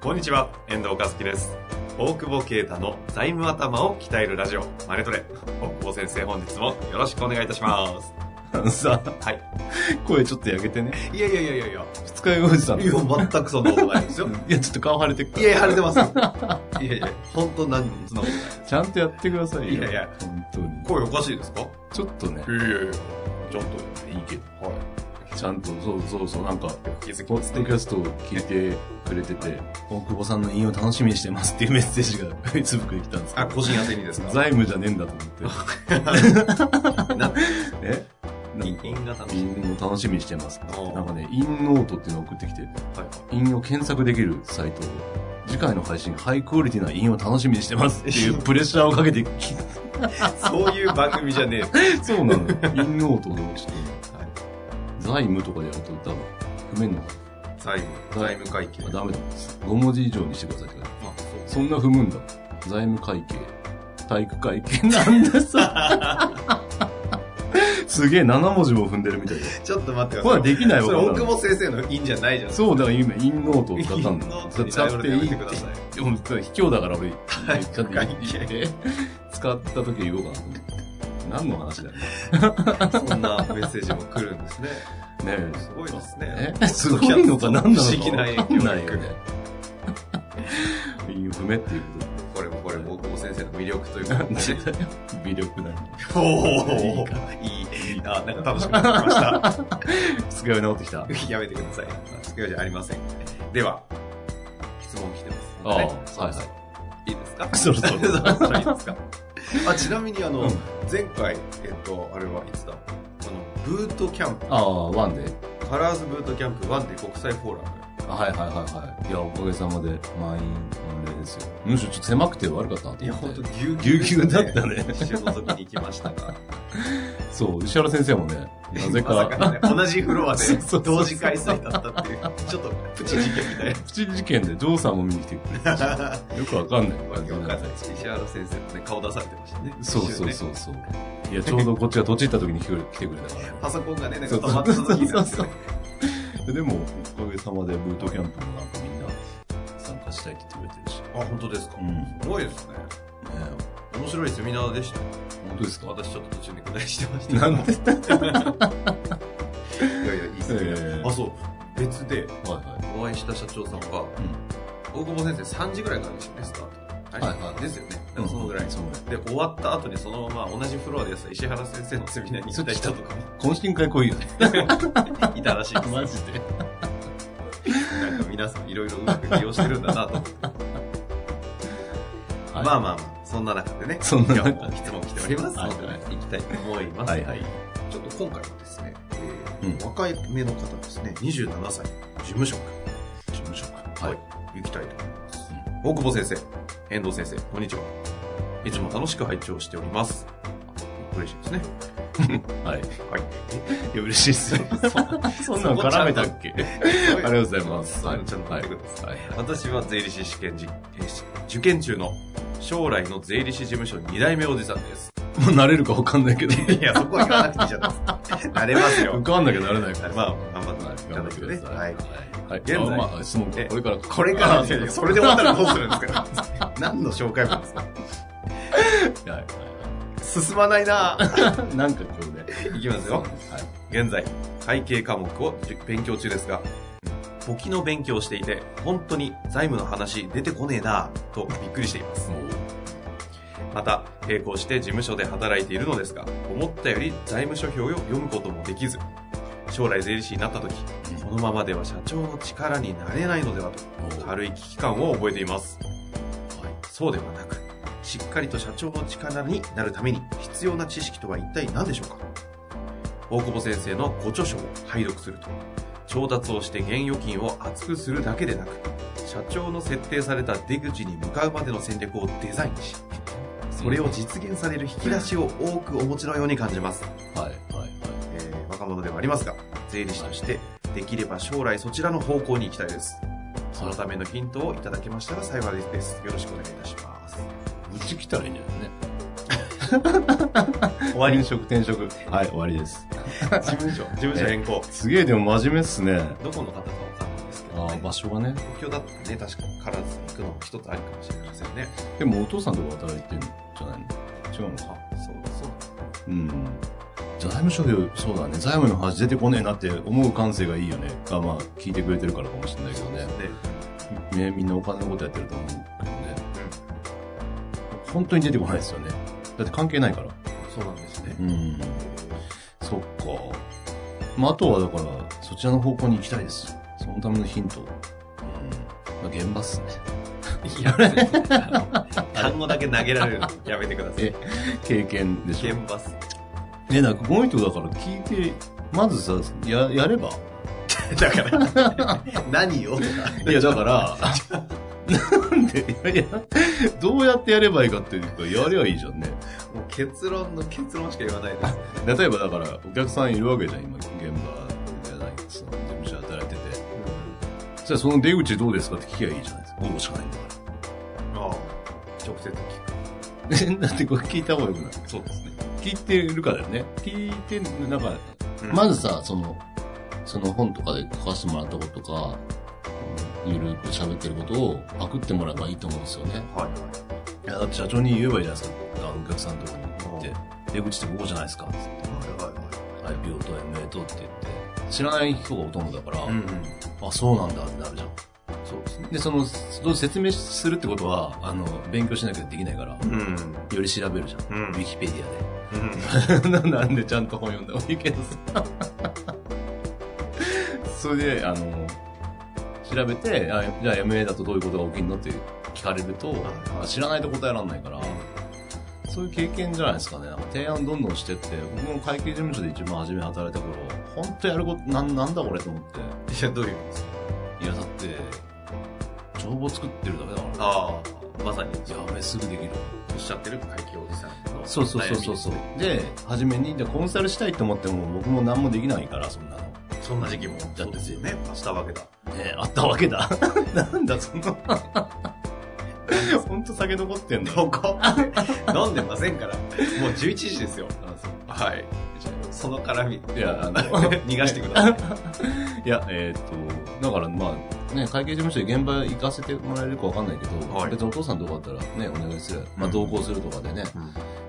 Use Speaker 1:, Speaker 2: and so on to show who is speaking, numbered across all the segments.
Speaker 1: こんにちは、遠藤和樹です。大久保啓太の財務頭を鍛えるラジオ、マネトレ。大久保先生、本日もよろしくお願いいたします。さあ、はい。
Speaker 2: 声ちょっと焼けてね。
Speaker 1: いやいやいやいやいや、
Speaker 2: 二日酔いおじさん。
Speaker 1: いや、全くそんなことないですよ。
Speaker 2: いや、ちょっと顔腫れてく
Speaker 1: いやいや、晴れてます。 いやいや、本当何もそんなことないです。
Speaker 2: ちゃんとやってくださいよ。
Speaker 1: いやいや、
Speaker 2: 本当に。
Speaker 1: 声おかしいですかい
Speaker 2: ちょっとね、
Speaker 1: やいやいや、ちょっ
Speaker 2: いいけど、
Speaker 1: と、は
Speaker 2: ちゃんと、そうそうそう、なんか、
Speaker 1: い。気づき
Speaker 2: ポ
Speaker 1: ま
Speaker 2: ッ
Speaker 1: す
Speaker 2: ドキ
Speaker 1: ね。
Speaker 2: ャストを聞いてくれてて、大久保さんの引用楽しみにしてますっていうメッセージが Facebook で来たんですけ
Speaker 1: あ、
Speaker 2: ど
Speaker 1: 個人宛てにですか
Speaker 2: 財務じゃねえんだと思って。
Speaker 1: な
Speaker 2: えなん
Speaker 1: 因
Speaker 2: か、
Speaker 1: が楽しみ。
Speaker 2: 陰を楽しみにしてますって
Speaker 1: ああ
Speaker 2: なんかね、陰ノートっていうのを送ってきて、
Speaker 1: はい
Speaker 2: 陰を検索できるサイトを次回の配信、ハイクオリティな陰を楽しみにして ますっていうプレッシャーをかけてきて
Speaker 1: そういう番組じゃねえ。
Speaker 2: そうなのよ。陰ノートで落ちて。
Speaker 1: はい
Speaker 2: 財務とかでやると多分、踏めんのか
Speaker 1: 財務、財務会計。
Speaker 2: なダメだ。5文字以上にしてくださいって書いてあ
Speaker 1: あそう
Speaker 2: るそんな踏むんだ。財務会計、体育会計なんでさ。 すげえ7文字も踏んでるみたいで。
Speaker 1: ちょっと待ってください。
Speaker 2: これはできないわ
Speaker 1: それ
Speaker 2: こんな
Speaker 1: 大
Speaker 2: の
Speaker 1: 久保先生の因じゃないじゃん。
Speaker 2: そうだから今、陰ノートを使ったん
Speaker 1: 陰ノ
Speaker 2: だ
Speaker 1: ー
Speaker 2: よ
Speaker 1: ト。に
Speaker 2: 使
Speaker 1: 頼
Speaker 2: っ
Speaker 1: る
Speaker 2: て
Speaker 1: の
Speaker 2: い
Speaker 1: やめ
Speaker 2: い
Speaker 1: て
Speaker 2: っ
Speaker 1: ください
Speaker 2: て。でも、卑怯だから俺、ちゃんと
Speaker 1: 会
Speaker 2: 言って、使った時言おうかなと思って。何の話だよね。
Speaker 1: そんなメッセージも来るんですね。
Speaker 2: ねえ
Speaker 1: すごいですね
Speaker 2: えすごいのか何なのか
Speaker 1: 不思議な影響
Speaker 2: 分
Speaker 1: 力
Speaker 2: かんないよね。いい不明っていうこ
Speaker 1: これもこれも大久保先生の魅力というか。
Speaker 2: とで。微力なの。
Speaker 1: お
Speaker 2: いい
Speaker 1: ーいい、いい。あ、なんか楽しくなってきました。
Speaker 2: 二日酔い治ってきた。
Speaker 1: やめてください。そういうじゃありません。では、質問来てます。
Speaker 2: ああ
Speaker 1: ね。
Speaker 2: はいはい
Speaker 1: いいですか
Speaker 2: そろそ
Speaker 1: そ
Speaker 2: ろ
Speaker 1: ろいいですかあ、ちなみにあの
Speaker 2: うん、
Speaker 1: 前回、えっと、あれはいつだあの、ブートキャンプ、
Speaker 2: ああ、ワンで。
Speaker 1: カラーズブートキャンプ1で国際フォーラム。
Speaker 2: あはいはいはいはい。いや、おかげさまで満員御礼ですよ。むしろちょっと狭くて悪かったなと思って。
Speaker 1: いや、ほんと、ぎゅう
Speaker 2: ぎゅうぎゅうだ
Speaker 1: で
Speaker 2: っ
Speaker 1: すね
Speaker 2: たね。
Speaker 1: 一緒に覗きに行きましたが。
Speaker 2: そう、石原先生もね、なぜ
Speaker 1: まさ
Speaker 2: か、
Speaker 1: かね、同じフロアで
Speaker 2: そうそうそう
Speaker 1: 同時開催だったっていう、ちょっとプチ事件みたい
Speaker 2: プチ事件でジョーさんも見に来てくれて、
Speaker 1: な。
Speaker 2: よくわかんない
Speaker 1: わ
Speaker 2: 感
Speaker 1: け
Speaker 2: じ
Speaker 1: わ
Speaker 2: に
Speaker 1: かん
Speaker 2: な
Speaker 1: な
Speaker 2: っ
Speaker 1: い
Speaker 2: て。
Speaker 1: 石原先生もね、顔出されてましたね。
Speaker 2: そうそう
Speaker 1: う。
Speaker 2: そうそう。いや、ちょうどこっちが土地行った時に来てくれ来てくれたから。
Speaker 1: パソコンがね、なんか止まった時になんですよね。
Speaker 2: でも、おかげさまでブートキャンプもなんかみんな参加したいって言ってくれてるし。
Speaker 1: あ、本当ですか。
Speaker 2: ん。
Speaker 1: すごいですね。面白いセミナーでした。
Speaker 2: 本当ですか
Speaker 1: 私ちょっと途中で下りしてました。
Speaker 2: なんで
Speaker 1: いやいや、いいセミナ
Speaker 2: え
Speaker 1: ー。
Speaker 2: ー
Speaker 1: あ、そう。別で
Speaker 2: は
Speaker 1: お会いした社長さんが、大久保先生3時ぐらいからでしたね、スタート。
Speaker 2: はいはい
Speaker 1: ですよね。
Speaker 2: い
Speaker 1: なんかそのぐらい。
Speaker 2: そのぐらい。
Speaker 1: で、終わった後にそのまま同じフロアでやってた石原先生のセミナーに行った人とかも
Speaker 2: 懇親会来いよね。
Speaker 1: いたらしいです。
Speaker 2: ジで。
Speaker 1: なんか皆さんいろいろうまく利用してるんだなと思って。ま
Speaker 2: は
Speaker 1: あ
Speaker 2: い
Speaker 1: まあまあ、そんな中でね、
Speaker 2: そんな
Speaker 1: 今
Speaker 2: 中
Speaker 1: 日も質問来ておりますので、
Speaker 2: はい
Speaker 1: 行きたいと思います。
Speaker 2: はいはい。
Speaker 1: ちょっと今回はですね、え
Speaker 2: うん
Speaker 1: ー若い目の方ですね、27歳、事務職、
Speaker 2: 事務所か。はい。
Speaker 1: 行きたいと思います。大久保先生、遠藤先生、こんにちは。いつも楽しく拝聴しております。嬉しいですね。
Speaker 2: は
Speaker 1: は
Speaker 2: い。
Speaker 1: い。
Speaker 2: いや、嬉しいっすよ。そんなの絡めたっけ ありがとうございます。
Speaker 1: はいちゃんと
Speaker 2: は
Speaker 1: や
Speaker 2: い
Speaker 1: ってください。
Speaker 2: はい。
Speaker 1: 私は税理士試験じ、えーし受験中の将来の税理士事務所2代目おじさんです。
Speaker 2: もう慣れるかわかんないけど。
Speaker 1: いや、そこは言わなくていいじゃないですか。なれますよ。
Speaker 2: 受かんなきゃなれないから。
Speaker 1: まあ、頑張っていた
Speaker 2: 頑張
Speaker 1: だ
Speaker 2: って
Speaker 1: き
Speaker 2: く
Speaker 1: ね
Speaker 2: だ。さい。はい。
Speaker 1: 現在
Speaker 2: あまあ、質問これから。
Speaker 1: これからですよ。それで終わったらどうするんですか何の紹介文ですか
Speaker 2: はい
Speaker 1: 進まないなぁ
Speaker 2: なんか今日ね。
Speaker 1: いきますよ。
Speaker 2: はい。
Speaker 1: 現在、会計科目を受勉強中ですが、簿記の勉強をしていて、本当に財務の話出てこねえなぁとびっくりしています。
Speaker 2: もう
Speaker 1: また並行して事務所で働いているのですが思ったより財務諸表を読むこともできず将来税理士になった時このままでは社長の力になれないのではと
Speaker 2: おう
Speaker 1: 軽い危機感を覚えています、そうではなくしっかりと社長の力になるために必要な知識とは一体何でしょうか大久保先生のご著書を拝読すると調達をして現預金を厚くするだけでなく社長の設定された出口に向かうまでの戦略をデザインしそれを実現される引き出しを多くお持ちのように感じます
Speaker 2: はいはいは
Speaker 1: えー若者ではありますが税理士としてできれば将来そちらの方向に行きたいですそのためのヒントをいただけましたら幸いですよろしくお願いいたします
Speaker 2: い。うち来たらいいんじゃないね。
Speaker 1: 終わ
Speaker 2: 転
Speaker 1: り
Speaker 2: 職転職。はい、終わりです。
Speaker 1: 事務所事務所変更
Speaker 2: すげえでも真面目っすね。
Speaker 1: どこの方か分かんないですけど、
Speaker 2: ああ、
Speaker 1: ね、
Speaker 2: 場所がね。
Speaker 1: 東京だったらね確かに唐津に行くのも一つありかもしれませんね
Speaker 2: でもお父さんとか働いてるんじゃないの違うのか。
Speaker 1: そうそう
Speaker 2: うん。財務諸表、そうだね。財務の話出てこねえなって思う感性がいいよね。が、まあ、聞いてくれてるからかもしれないけどね。
Speaker 1: で
Speaker 2: ね、みんなお金のことやってると思うけどね。本当に出てこないですよね。だって関係ないから。
Speaker 1: そうなんですね
Speaker 2: うん。そっか。まあ、あとはだから、そちらの方向に行きたいです。そのためのヒント。うん。まあ、現場っすね。
Speaker 1: いや別にあの単語だけ投げられる のやめてください
Speaker 2: え経験でしょ。
Speaker 1: 現場っす
Speaker 2: ね、なんかこの人だから聞いて、まずさ、や、やれば。
Speaker 1: だから何を
Speaker 2: いや、だから、なんで、いやいや、どうやってやればいいかっていうか、やりゃいいじゃんね。
Speaker 1: もう結論の結論しか言わない です
Speaker 2: 例えばだから、お客さんいるわけじゃん、今、現場じゃないその事務所で働いてて。じゃあその出口どうですかって聞きゃいいじゃないですか。応募しかないんだか
Speaker 1: ああ直接聞く
Speaker 2: ら。だってこれ聞いた方がよくない
Speaker 1: そうですね、
Speaker 2: 聞いてるからよね。聞いてる、なんか、
Speaker 1: ま
Speaker 2: まずさ、その、その本とかで書かせてもらったこととか、ゆるく喋ってることをパクってもらえばいいと思うんですよね。
Speaker 1: はい
Speaker 2: いや、だって社長に言えばいいじゃないですか。あのお客さんとかに行って、出口ってここじゃないですか。
Speaker 1: はいは
Speaker 2: IPO と MA とって言って、知らない人がほとんどだか
Speaker 1: い
Speaker 2: ら、
Speaker 1: うんうん
Speaker 2: あ、そうなんだってなるじゃん。
Speaker 1: そうですね
Speaker 2: で、その、そ説明するってことは、あの、勉強しなきゃできないから、
Speaker 1: うん
Speaker 2: より調べるじゃん。
Speaker 1: うん
Speaker 2: ウィキペディアで。
Speaker 1: うん
Speaker 2: ななんでち ゃんと本読んだ方がいいけどさ。 それで、あの、調べて、あじゃあ MA だとどういうことが起きるのって聞かれると、
Speaker 1: い
Speaker 2: あ知らないと答えられないから、そういう経験じゃないですかね。なんか提案どんどんしてって、僕も会計事務所で一番初め働いた頃、本当やること、なんなんだこれと思って。
Speaker 1: いやどういう意味ですか
Speaker 2: いや、だって、帳簿作ってるだけだから、
Speaker 1: ああまさに
Speaker 2: やべえ、すぐできる。
Speaker 1: おっしゃってる会計おじさんの
Speaker 2: そうそうそうそうそう
Speaker 1: 悩
Speaker 2: で初めにじゃあコンサルしたいと思っても僕も何もできないからそんなの
Speaker 1: みそんな時期も
Speaker 2: だ
Speaker 1: そ
Speaker 2: っ
Speaker 1: う
Speaker 2: て
Speaker 1: ですよねしたわけだ
Speaker 2: ねえあったわけだ なんだその本当酒残ってん の
Speaker 1: どこ飲んでませんからもう11時ですよ
Speaker 2: あそう
Speaker 1: はいその絡み
Speaker 2: いやあの
Speaker 1: 逃がしてください
Speaker 2: いやえーっとだからまあね会計事務所で現場行かせてもらえるかわかんないけど、
Speaker 1: はい
Speaker 2: 別にお父さんとかだったらねお願いする、まあ、
Speaker 1: うん
Speaker 2: 同行するとかでね、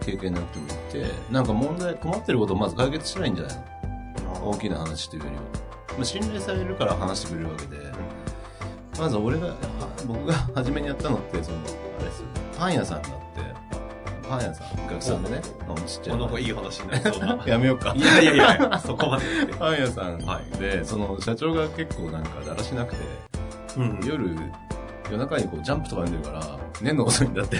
Speaker 2: 経験なくても行ってなんか問題困ってることをまず解決しないんじゃないの大きな話っていうよりは、まあ、信頼されるから話してくれるわけで、まず俺が、は僕が初めにやったのって、その、あれですよね、パン屋さんだって、パン屋さん、お客さんでね、まあちっちゃ
Speaker 1: この子
Speaker 2: い。
Speaker 1: いい話になりそうな
Speaker 2: やめようか
Speaker 1: い。やいやいやそこまで言って
Speaker 2: パン屋さんで、
Speaker 1: はい
Speaker 2: その社長が結構なんかだらしなくて、
Speaker 1: うん
Speaker 2: 夜、夜中にこうジャンプとか読んでるから、寝るの遅いんだ って。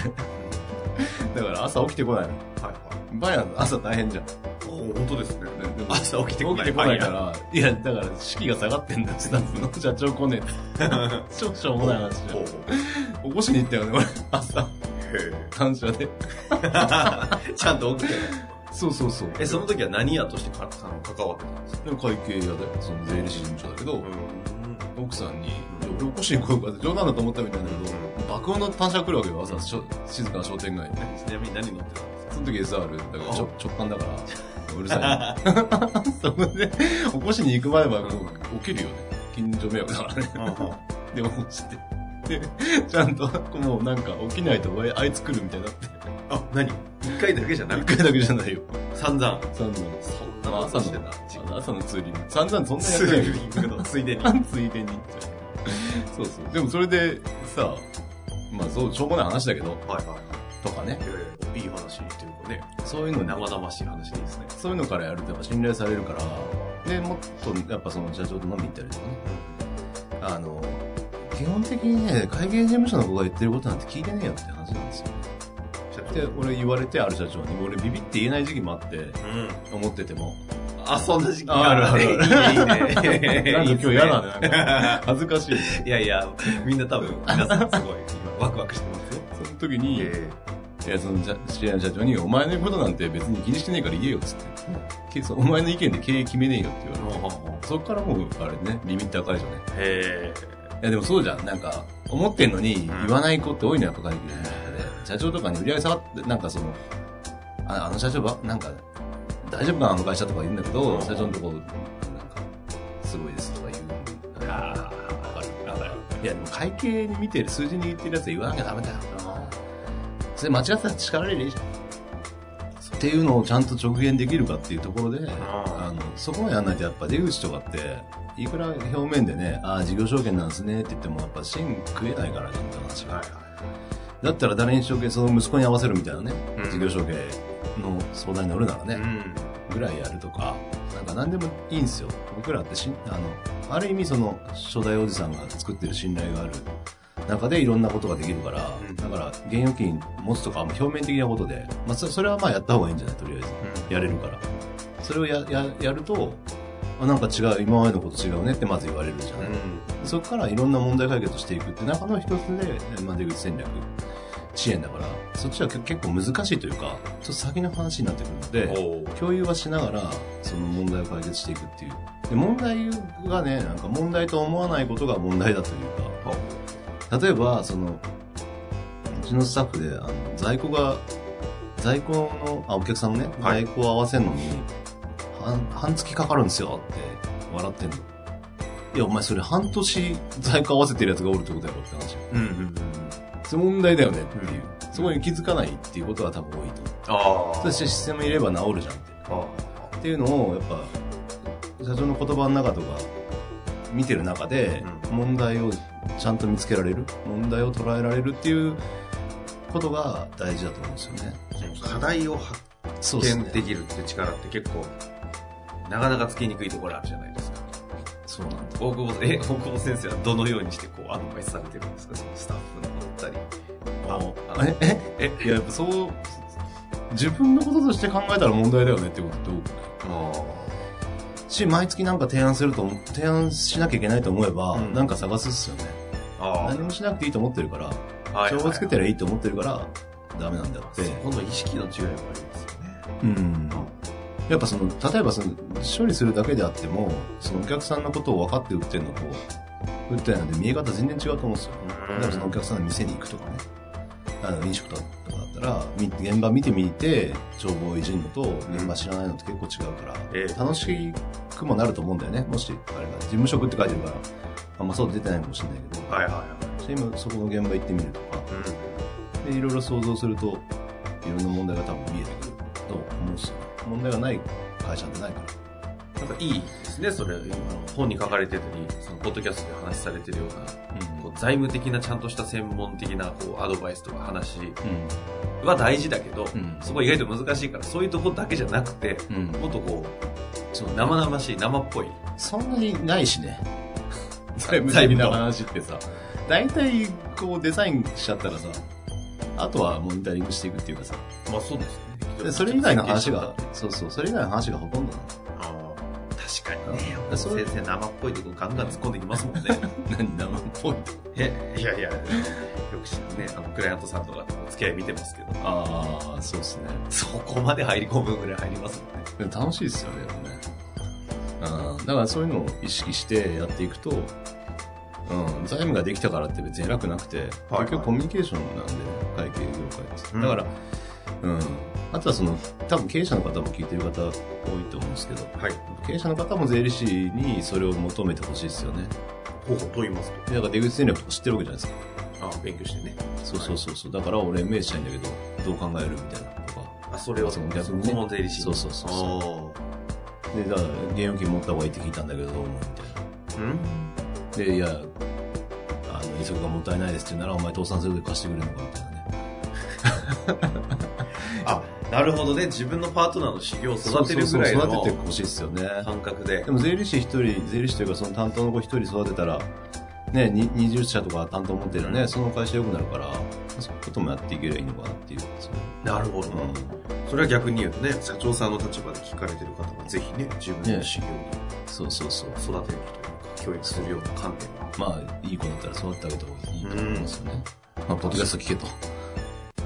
Speaker 2: だから朝起きてこないの。
Speaker 1: はいはい
Speaker 2: パン屋朝大変じゃん。
Speaker 1: お本当ですね
Speaker 2: ででも
Speaker 1: 朝起きてこない
Speaker 2: 起きてこないから、いや、だから士気が下がってんだって、スタッフ の社長来ねえって。少々しょうもない話じゃ。
Speaker 1: ほうんほう
Speaker 2: 起こしに行ったよね、俺、朝、
Speaker 1: へ
Speaker 2: 感謝で。
Speaker 1: えちゃんと起きてる
Speaker 2: そうそうそう。
Speaker 1: えその時は何屋としてかあの関わってたんですか
Speaker 2: でも会計屋だよ。その税理士事務所だけど、
Speaker 1: ん
Speaker 2: 奥さんに、いや俺起こしに来ようかって冗談だと思ったみたいなんだけど、爆音の単車来るわけよ、朝、しょ静かな商店街に。
Speaker 1: ちなみに何乗ってたんですか
Speaker 2: その時 SR、だからちょ
Speaker 1: あ
Speaker 2: 直感だから、 う るさい。そこで、 起こしに行く前はこう起きるよね。近所迷惑だからね。で、起こして。で、ちゃんと、もうなんか起きないと、おいあいつ来るみたいになって。
Speaker 1: あ何一回だけじゃな
Speaker 2: 一
Speaker 1: くて
Speaker 2: 回だけじゃないよ。
Speaker 1: 散々
Speaker 2: 散々。
Speaker 1: そんな
Speaker 2: まあ
Speaker 1: こと
Speaker 2: 朝
Speaker 1: して
Speaker 2: の
Speaker 1: た時、
Speaker 2: まあ朝のツーリング。散々そんなや
Speaker 1: す
Speaker 2: つ
Speaker 1: ぐ
Speaker 2: ないよ
Speaker 1: に行くの ついでに
Speaker 2: ついでにそうそう。でもそれでさ、まあそう、しょうもない話だけど、
Speaker 1: はいは
Speaker 2: とかね。
Speaker 1: い。いい話っていうかね、
Speaker 2: そういうの、
Speaker 1: 生々しい話でいいですね。
Speaker 2: そういうのからやるとやっぱ信頼されるから、で、もっとやっぱその社長と飲み行ったりとかね。あの、基本的にね、会計事務所の子が言ってることなんて聞いてねえよって話なんですよ。って俺言われてある社長に俺ビビって言えない時期もあって
Speaker 1: うん。
Speaker 2: 思ってても
Speaker 1: あ、そんな時期
Speaker 2: あるある
Speaker 1: いい ね、いいね。
Speaker 2: なんか今日嫌だね
Speaker 1: ね。
Speaker 2: 恥ずかしい
Speaker 1: いやいや、みんな多分、皆さんすごい、今ワクワクしてますよ。
Speaker 2: その時に、
Speaker 1: え
Speaker 2: いやそのじゃ知り合いの社長に「お前のことなんて別に気にしてねえから言えよ」っつってけそ「お前の意見で経営決めねえよ」って言われ
Speaker 1: え
Speaker 2: てそっからもうあれねリミッター解除ね
Speaker 1: へ
Speaker 2: いやでもそうじゃんなんか思ってんのに言わない子って多いのやっぱ外国人の中で社長とかに売り上げ下がってなんかそのああの社長ばなんか大丈夫かなあの会社とか言うんだけど社長のとこなんかすごいですとか言う
Speaker 1: え。あ
Speaker 2: わかるわかるいやでも会計に見てる数字に言ってるやつは言わなきゃダメだよそれ間違ってたら叱られるじゃんっていうのをちゃんと直言できるかっていうところで、あのそこまでやんないとやっぱ出口とかっていくら表面でねああ事業証券なんですねって言ってもやっぱ芯食えないからねみたいな話
Speaker 1: あ。は
Speaker 2: が
Speaker 1: いは
Speaker 2: だったら誰に証券その息子に合わせるみたいなね、
Speaker 1: うん
Speaker 2: 事業証券の相談に乗るならね
Speaker 1: い。、ん。
Speaker 2: ぐらいやるとか、なんか何でもいいんですよ。僕らってしん、あの、ある意味その、初代おじさんが作ってる信頼がある中でいろんなことができるから、
Speaker 1: うん
Speaker 2: だから、現預金持つとかはもう表面的なことで、まあ、そそれはまあやった方がいいんじゃないとりあえず。やれるから。それをや、や、やると、あなんか違う、今までのこと違うねってまず言われるじゃ
Speaker 1: う
Speaker 2: ない。
Speaker 1: ん。
Speaker 2: そこからいろんな問題解決していくって中の一つで、まあ、出口戦略、支援だから、そっちはけ結構難しいというか、ちょっと先の話になってくるので、
Speaker 1: おう
Speaker 2: 共有はしながらその問題を解決していくっていうで問題がねなんか問題と思わないことが問題だというか例えばそのうちのスタッフであの在庫が在庫のあお客さんのね、
Speaker 1: はい
Speaker 2: 在庫を合わせるのに半半月かかるんですよって笑ってんのいやお前それ半年在庫合わせてるやつがおるってことやろって話
Speaker 1: うんうんうん。
Speaker 2: それ問題だよねっていう、そこに気づかないっていうことが多分多いと
Speaker 1: ああ。
Speaker 2: そしてシステムいれば治るじゃんって
Speaker 1: あ
Speaker 2: っていうのをやっぱ社長の言葉の中とか見てる中で問題をちゃんと見つけられる問題を捉えられるっていうことが大事だと思うんですよね。
Speaker 1: あ。課題を発
Speaker 2: そうです
Speaker 1: 見で
Speaker 2: ね。
Speaker 1: きるって力って結構、なかなかつきにくいところあるじゃないですか。
Speaker 2: そうなんだ。
Speaker 1: 大久保、え、大久保先生はどのようにしてこうアドバイスされてるんですかそのスタッフのおったり。あ
Speaker 2: あええ
Speaker 1: え、
Speaker 2: いややっぱそう自分のこととして考えたら問題だよねってことって多くない
Speaker 1: あ
Speaker 2: し毎月なんか提案すると思提案しなきゃいけないと思えば、
Speaker 1: うん
Speaker 2: なんか探すっすよね。
Speaker 1: あ
Speaker 2: 何もしなくていいと思ってるから
Speaker 1: あ。はい
Speaker 2: 帳簿つけたらいいと思ってるからダメなんだって。
Speaker 1: 今度意識の違いもありますよね。
Speaker 2: うんやっぱその、例えばその、処理するだけであっても、そのお客さんのことを分かって売ってるのと、売ってないので見え方全然違うと思うんですよ。だからそのお客さんの店に行くとかね、あの飲食店とかだったら、み現場見てみて、帳簿をいじるのと、現場知らないのって結構違うから、
Speaker 1: ええ
Speaker 2: 楽しくもなると思うんだよね。もし、あれが、事務職って書いてるから、あんまそう出てないかもしれないけど、
Speaker 1: はいはいは
Speaker 2: そして今そこの現場行ってみるとか、
Speaker 1: い。うん
Speaker 2: でいろいろ想像するといろんな問題が多分見えてくると思うんですよ問題がない会社ってないから
Speaker 1: なんかいいですね、それ。あの本に書かれてたり、そのポッドキャストで話されてるような、こう財務的なちゃんとした専門的なこうアドバイスとか話は大事だけど、
Speaker 2: うん
Speaker 1: そこは意外と難しいから、そういうとこだけじゃなくて、
Speaker 2: うん、うん
Speaker 1: もっとこ、
Speaker 2: そうう
Speaker 1: 生々しい、生っぽい。
Speaker 2: そんなにないし ね
Speaker 1: 財務
Speaker 2: 財務の話ってさ大体こうデザインしちゃったらさあとはモニタリングしていくっていうかさ
Speaker 1: まあそうですね。
Speaker 2: でそれ以外の話がそうそうそれ以外の話がほとんどなの
Speaker 1: あー確かにね、
Speaker 2: うんそれ
Speaker 1: 先生生っぽいとこガンガン突っ込んできますもんね。
Speaker 2: 何生っぽいと
Speaker 1: え、いやいや、よく知ってね、あの、クライアントさんとかとお付き合い見てますけど、
Speaker 2: ああそうですね
Speaker 1: そこまで入り込むぐらい入りますもんね。
Speaker 2: でも楽しいですよねでもねあーだからそういうのを意識してやっていくと、うん、財務ができたからって別に偉くなくて、
Speaker 1: はい
Speaker 2: 結局コミュニケーションなんで会計業界って、
Speaker 1: うん
Speaker 2: だから、うん、あとはその多分経営者の方も聞いてる方多いと思うんですけど
Speaker 1: はい。
Speaker 2: 経営者の方も税理士にそれを求めてほしいですよね
Speaker 1: ほうほうと言いますと。
Speaker 2: だから出口戦略とか知ってるわけじゃないですか
Speaker 1: あ勉強してね。
Speaker 2: そうそうそうそうだから俺 MA したいんだけどどう考えるみたいなとか
Speaker 1: あ、それを
Speaker 2: その逆にね
Speaker 1: 顧問税理士に
Speaker 2: そうそうそうそう
Speaker 1: お
Speaker 2: でだから現預金持った方がいいって聞いたんだけどどう思うみたい
Speaker 1: ー
Speaker 2: な
Speaker 1: うん
Speaker 2: で、いや、あの、利息がもったいないですって言うなら、お前倒産するで貸してくれるのかみたいなね。
Speaker 1: あ、なるほどね。自分のパートナーの修行を育てるぐらい
Speaker 2: そうそうそう育てて
Speaker 1: の
Speaker 2: ほしいですよね。
Speaker 1: 感覚で
Speaker 2: で。も税理士一人、税理士というかその担当の子一人育てたら、ね、に20社とか担当持ってるね、その会社良くなるから、そういうこともやっていければいいのかなっていう。そう
Speaker 1: なるほど、
Speaker 2: うん、
Speaker 1: それは逆に言うとね、社長さんの立場で聞かれてる方は、ぜひね、自分の
Speaker 2: ね
Speaker 1: 修行に
Speaker 2: そうそうそう。
Speaker 1: 育てるというか、教育するような観点が。
Speaker 2: まあ、いい子だったら育ってあげた方がいいと思いますよね。まあ、ポッドキャスト聞けと。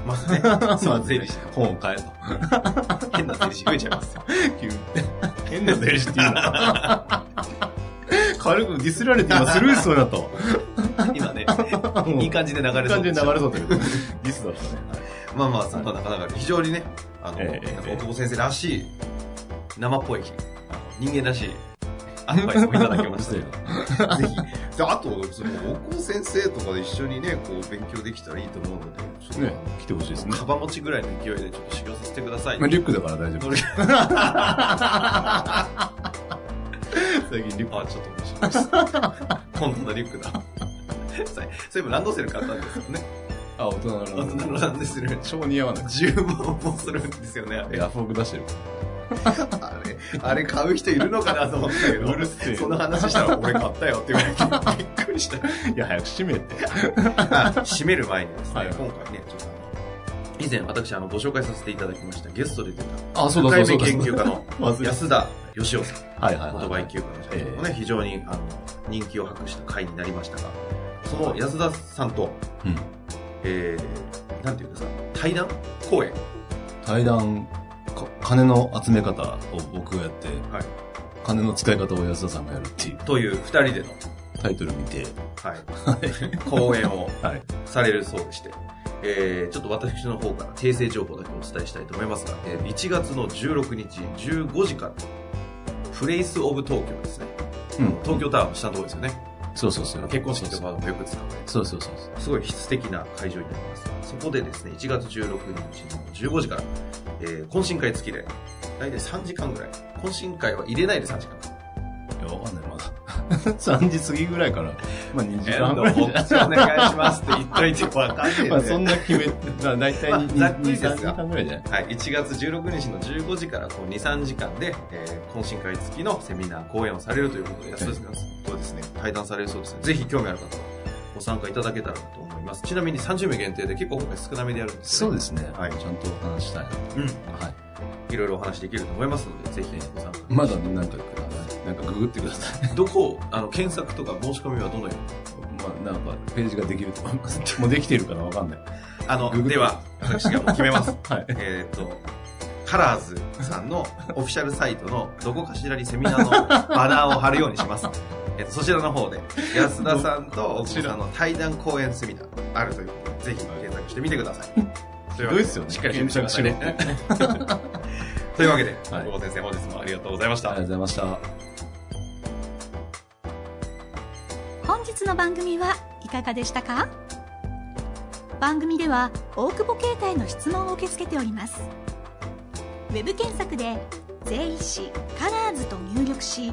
Speaker 1: まずね、 まあ、税理士、
Speaker 2: 本を買えと。
Speaker 1: 変な税理士増えちゃいますよ。
Speaker 2: 急に変な税理士って言うな。 軽くディスられて今スルーしそうだったわ。
Speaker 1: 今ね、 いい感じで流れ
Speaker 2: いい
Speaker 1: そう
Speaker 2: 感じ
Speaker 1: で
Speaker 2: で
Speaker 1: した
Speaker 2: 流れそうだけど。ディスだったね。
Speaker 1: まあまあ、そんななかなか非常にね、あの、
Speaker 2: ええ
Speaker 1: なんか大久保先生らしい、生っぽい、あの人間らしい、アドバイスをいただきましたけ どぜひ。であと、その、大久保先生とかで一緒にね、こう、勉強できたらいいと思うので、ちょっ
Speaker 2: ね、来てほしいです
Speaker 1: と、
Speaker 2: ね。
Speaker 1: カバ持ちぐらいの勢いでちょっと修行させてください。
Speaker 2: まあ、リュックだから大丈
Speaker 1: そ
Speaker 2: 夫。
Speaker 1: れ
Speaker 2: 最近リュッ
Speaker 1: あ、ちょっと面白いです。今度のリュック だ。そうそういえばランドセル買ったんですよね。
Speaker 2: あ、大人の
Speaker 1: 大人のランドセル。
Speaker 2: 超似合わない。
Speaker 1: 10万もするんですよね、あれ。
Speaker 2: ヤフオク出してる。
Speaker 1: あれ、あれ買う人いるのかなと思ったけど、
Speaker 2: うるせえ
Speaker 1: その話したら俺買ったよって言われて、びっくりした。
Speaker 2: いや、早く閉めて。
Speaker 1: あ締める前にですね、
Speaker 2: はいはい
Speaker 1: 今回ね、ちょっとあの、以前私あのご紹介させていただきましたゲストで出た、
Speaker 2: あ、そう
Speaker 1: 社
Speaker 2: だ、そ
Speaker 1: 会
Speaker 2: うだそ
Speaker 1: 面研
Speaker 2: うだ。
Speaker 1: 究家の
Speaker 2: 忘れ
Speaker 1: 安田義雄さん、
Speaker 2: はいはいはい。
Speaker 1: 元バイキュー家の社長のね、非常にあの人気を博した回になりましたが、その安田さんと、
Speaker 2: うん
Speaker 1: えー、なんていうんですか、対談講演。
Speaker 2: 対談か金の集め方を僕がやって、
Speaker 1: はい
Speaker 2: 金の使い方を安田さんがやるっていう
Speaker 1: という二人での、
Speaker 2: タイトル見て、
Speaker 1: はい、講演を
Speaker 2: はい、
Speaker 1: されるそうでして、えーちょっと私の方から訂正情報だけお伝えしたいと思いますが、えー1月の16日15時から、プレイス・オブ・東京ですね。
Speaker 2: うん
Speaker 1: 東京タワーの下のところですよね。
Speaker 2: そうそうそう
Speaker 1: 結婚式とかもよく使うね
Speaker 2: そうそうそうそう
Speaker 1: すごい素敵な会場になります。そこでですね、1月16日の15時から、えー懇親会付きで、大体3時間ぐらい。懇親会は入れないで3時間。
Speaker 2: いやわかんないまだ 3時過ぎぐらいからまあ2時間半ぐらいじゃ
Speaker 1: こっ ちお願いしますって言っといてわかんねえんだよ
Speaker 2: まあそんな決めまあ大体に
Speaker 1: まあざっくりですが
Speaker 2: 2 3時間ぐらいじゃない
Speaker 1: はい、1月16日の15時からこう2、3時間で、えー懇親会付きのセミナー講演をされるということで、安田さんとですね、対談されるそうですね。ぜひ興味ある方はご参加いただけたらなと思います。ちなみに30名限定で結構今回少なめでやるんです
Speaker 2: そ
Speaker 1: よ
Speaker 2: う
Speaker 1: ね。
Speaker 2: ですね、
Speaker 1: はい
Speaker 2: ちゃんとお話したいな
Speaker 1: そうです。う
Speaker 2: はい
Speaker 1: ん。いろいろお話できると思いますので、ぜひご参加。
Speaker 2: まだなんかくださいなんかググってください
Speaker 1: どこを、あの、検索とか申し込みはどのように
Speaker 2: まあなんかページができると思いますもうできてるからわかんない
Speaker 1: あの
Speaker 2: グ、グって
Speaker 1: では、私がもう決めます。
Speaker 2: はい
Speaker 1: えっと、カラーズさんのオフィシャルサイトのどこかしらにセミナーのバナーを貼るようにします。 えっとそちらの方で、安田さんと奥さんの対談講演セミナーあるということで、ぜひ検索してみてくだ さい。ひ
Speaker 2: ひどいっすよね
Speaker 1: しっかり検索してみてくださいね。というわけで、大
Speaker 2: はい
Speaker 1: 久保先生、本日もありがとうございまし
Speaker 2: あり
Speaker 1: た
Speaker 2: がとう。ございました
Speaker 3: 本日の番組はいかがでしたか番組では大久保携帯の質問を受け付けておりますウェブ検索で「税理士カラーズと入力し